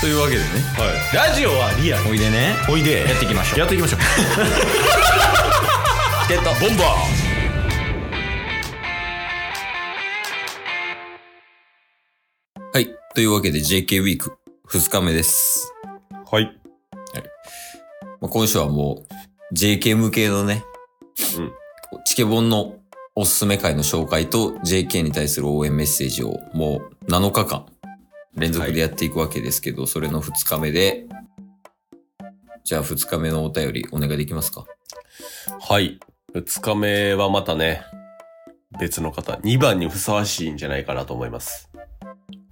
というわけでねラジオはリアルおいでねおいでやっていきましょうやっていきましょうチケットボンバーはいというわけで JK ウィーク2日目です、はいまあ、今週はもう JK 向けのね、うんチケボンのおすすめ会の紹介と JK に対する応援メッセージをもう7日間連続でやっていくわけですけど、それの2日目でじゃあ2日目のお便りお願いできますかはい2日目はまたね別の方2番にふさわしいんじゃないかなと思います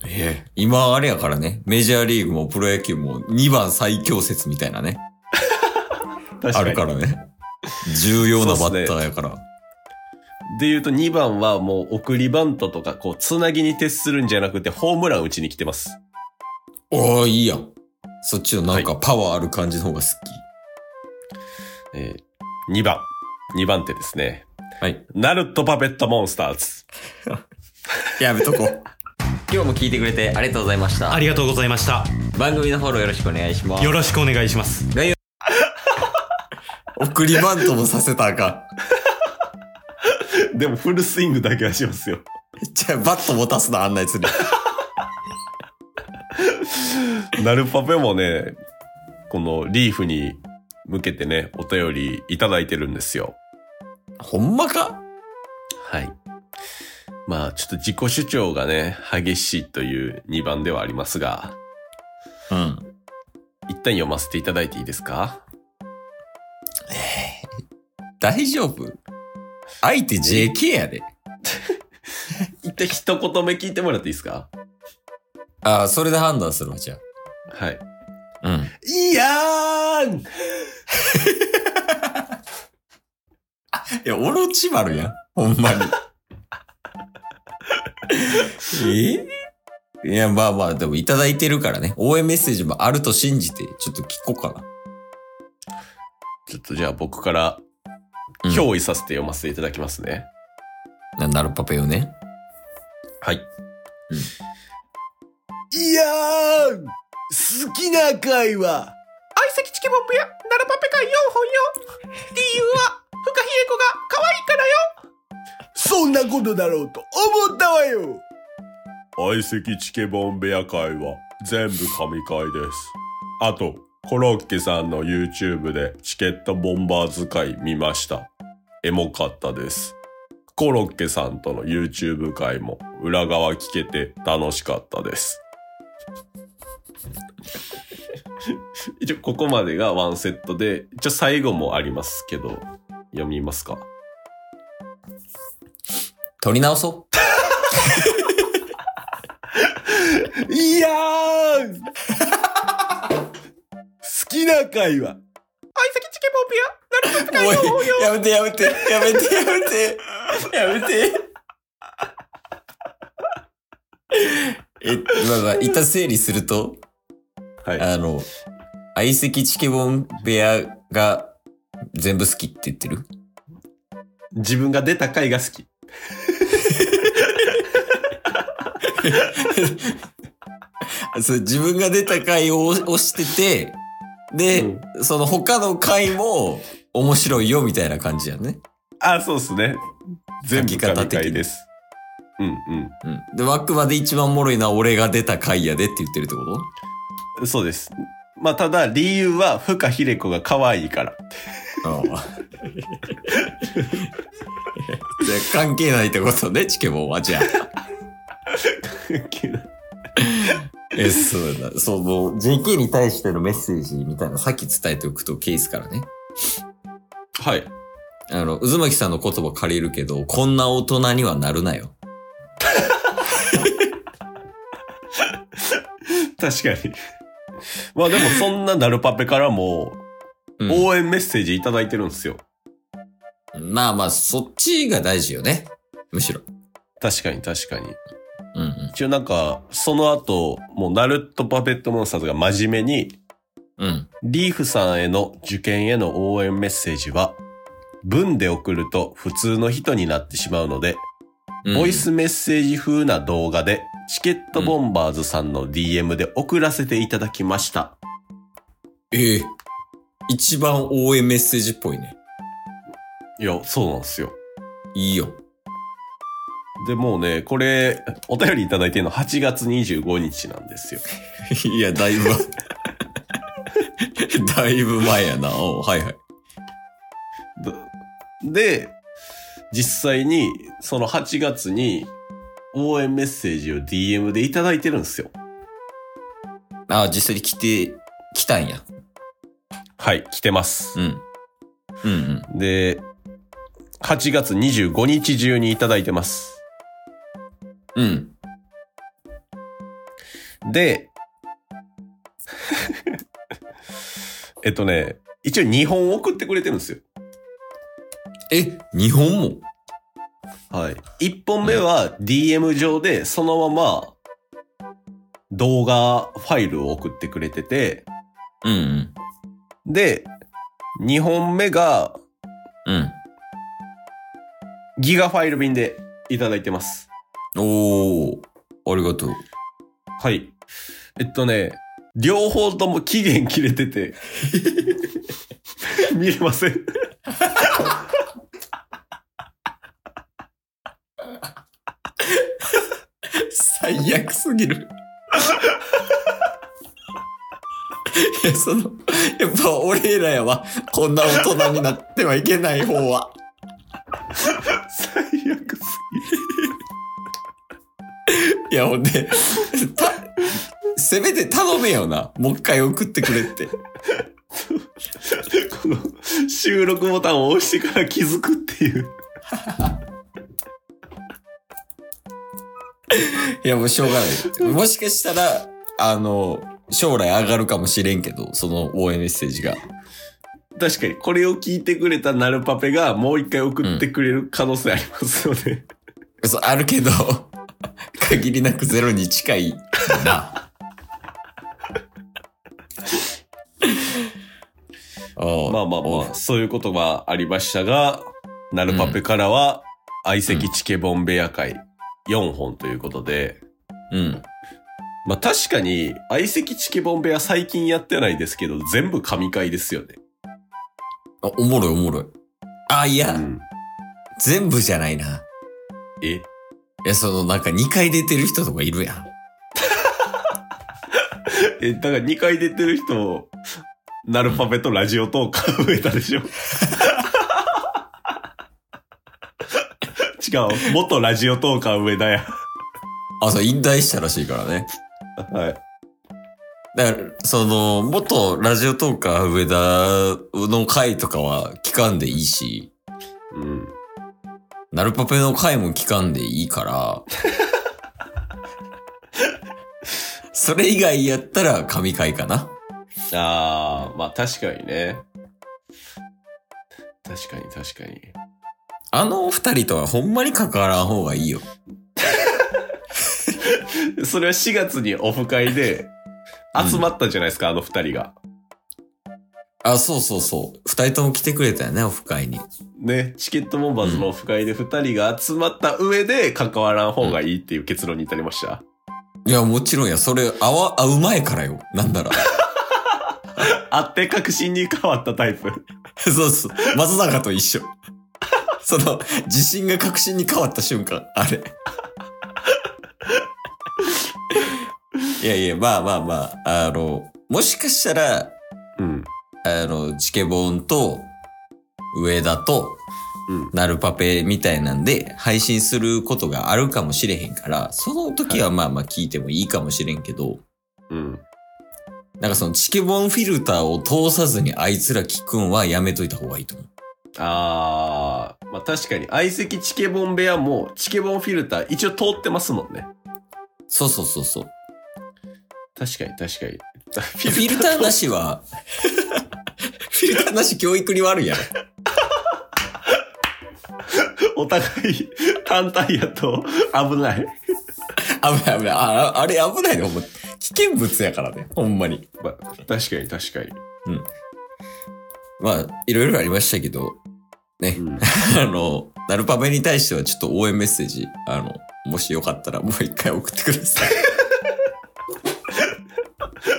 ええ。今あれやからね、メジャーリーグもプロ野球も2番最強説みたいなね、確あるからね。重要なバそうっすねッターやから。で言うと2番はもう送りバントとかこうつなぎに徹するんじゃなくてホームラン打ちに来てますおー、いいやん。そっちのなんかパワーある感じの方が好き。えー、2番。2番手ですね。はい。ナルトパペットモンスターズ。やめとこう。 今日も聞いてくれてありがとうございましたあ。りがとうございました。番組のフォローよろしくお願いしますよ。ろしくお願いします。送りバントもさせたらあか でもフルスイングだけはしますよ。ん。じゃあ、バット持たすな、あんなや つに。 ナルパペもね、このリーフに向けてね、お便りいただいてるんですよ。ほんまかはい。まあ、ちょっと自己主張がね、激しいという2番ではありますが、うん。一旦読ませていただいていいですか大丈夫相手 JK やで。一旦一言目聞いてもらっていいですかああ、それで判断するわ、じゃはい。あ。うん。いやーんいや、オロチマルやん。ほんま に。えいや、まあまあ、でもいただいてるからね。応援メッセージもあると信じて、ちょっと聞こうかな。ちょっとじゃあ僕からうん憑依させて読ませていただきますね。ななるパペよね。はい。うんいやー好きな会は相席チケボン部屋、ナルパペ会4本よ。理由は、フカヒレコが可愛いからよ。そんなことだろうと思ったわよ相席チケボンベア会は全部神会です。あと、コロッケさんの YouTube でチケットボンバーズ会見ました。エモかったです。コロッケさんとの YouTube 会も裏側聞けて楽しかったです。 一応ここまでがワンセットで、一応最後もありますけど、読みますか取り直そいやー 好きな会は相席チケボン部屋、う。おい、やめてやめて、やめてやめて、やめて。え、まあまあ、一旦整理すると、はい。あの、相席チケボン部屋が全部好きって言ってる自分が出た会が好き。そう自分が出た回を押してて、で、その他の回も面白いよみたいな感じやね。あ、そうっすね。全部書き方神的に会です。うんうん。で、枠まで一番おもろいのは俺が出た回やでって言ってるってこうん。そうです。まあ、ただ理由は、ふかひれこが可愛いから。とああ。 じゃあ関係ないってことね、チケボンは。じゃあ。え、そうだ。そう、もう JK に対してのメッセージみたいな、さっき伝えておくとケースからね。 はい。あの、渦巻さんの言葉借りるけど、こんな大人にはなるなよ。確かに。まあでも、そんななるパペからも、うん応援メッセージいただいてるんですよ。まあまあ、そっちが大事よね。むしろ。確かに確かに。うんうん。一応なんか、その後、もう、ナルトパペットモンスターズが真面目に、うん。リーフさんへの受験への応援メッセージは、文で送ると普通の人になってしまうので、うんボイスメッセージ風な動画で、チケットボンバーズさんの DM で送らせていただきました。ええ一番応援メッセージっぽいね。いや、そうなんですよ。いいよ。で、もうね、これ、お便りいただいてるの8月25日なんですよ。 いや、だいぶ。 だいぶ前やな。おうはいはい。どで、実際に、その8月に、応援メッセージを DM でいただいてるんですよ。ああ、実際に来て、来たんや。はい、来てますう。ん。うんうん。で、8月25日中にいただいてます。うん。で、 えっとね、一応2本送ってくれてるんですよ。え、日本もはい。1本目は DM 上でそのまま動画ファイルを送ってくれてて、うんで、2本目がうん。うん。ギガファイル便でいただいてます。おー、ありがとう。はい。えっとね、両方とも期限切れて て、見れません。最悪すぎる。いや、その、やっぱ俺らやわ。こんな大人になってはいけない方は。最悪すぎる。いや、ほんで、た、せめて頼めよな。もう一回送ってくれって。この収録ボタンを押してから気づくっていう。いや、もうしょうがない。もしかしたら、あの、将来上がるかもしれんけど、その応援メッセージが。確かに、これを聞いてくれたナルパペがもう一回送ってくれる可能性ありますよね。そう、あるけど、 限りなくゼロに近いな。あまあまあまあ、そういうことはありましたが、ナルパペからは、相席チケボンベア会4本ということで、うん。まあ確かに、相席チケボンベア最近やってないですけど、全部神回ですよね。あおもろいおもろい。あ、いや、うん全部じゃないな。え いや、その、なんか2回出てる人とかいるやん。え、だから2回出てる人、ナルパペとラジオトーカー増えたでしょ 違う、元ラジオトーカー上田や。あ、そう、引退したらしいからね。はい。だから、その、元ラジオトーカー上田の回とかは聞かんでいいし、うん。ナルパペの回も聞かんでいいから、それ以外やったら神回かな。ああ、まあ確かにね。確かに確かに。あの二人とはほんまに関わらん方がいいよ。それは4月にオフ会でうん集まったじゃないですか、あの二人が。あ、そうそうそう。二人とも来てくれたよね、オフ会に。ね、チケットボンバーズのオフ会で二人が集まった上で関わらん方がいいっていう結論に至りました。いや、もちろんや。それ、あわ、会う前からよ。なんなら。 あって確信に変わったタイプ。そうそう。松坂と一緒。その、自信が確信に変わった瞬間、あれ。いやいや、まあまあまあ、あの、もしかしたら、うん。あの、チケボンと、上田と、うん。ナルパペみたいなんで、配信することがあるかもしれへんから、その時はまあまあ聞いてもいいかもしれんけど、うん。なんかそのチケボンフィルターを通さずにあいつら聞くんはやめといた方がいいと思う。あー、まあ確かに、相席チケボン部屋も、チケボンフィルター一応通ってますもんね。そうそうそうそう。確かに確かに。 フィルターなしは、フィルターなし教育に悪いやろ。お互い単体やと危ない。危ない危ない。ああれ危ないね、ほんま。危険物やからね、ほんまに。まあ、確かに確かに。まあ、いろいろありましたけど、ね、うん あの、ナルパペに対してはちょっと応援メッセージ、あの、もしよかったらもう一回送ってください。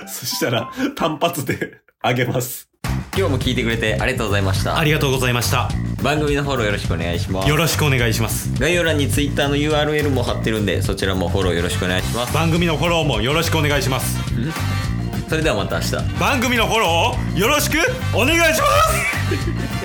そしたら、単発であげます。 今日も聞いてくれてありがとうございましたあ。りがとうございました。番組のフォローよろしくお願いしますよ。ろしくお願いします。概要欄に Twitter の URL も貼ってるんで、そちらもフォローよろしくお願いします。番組のフォローもよろしくお願いします。それではまた明日。番組のフォローをよろしくお願いします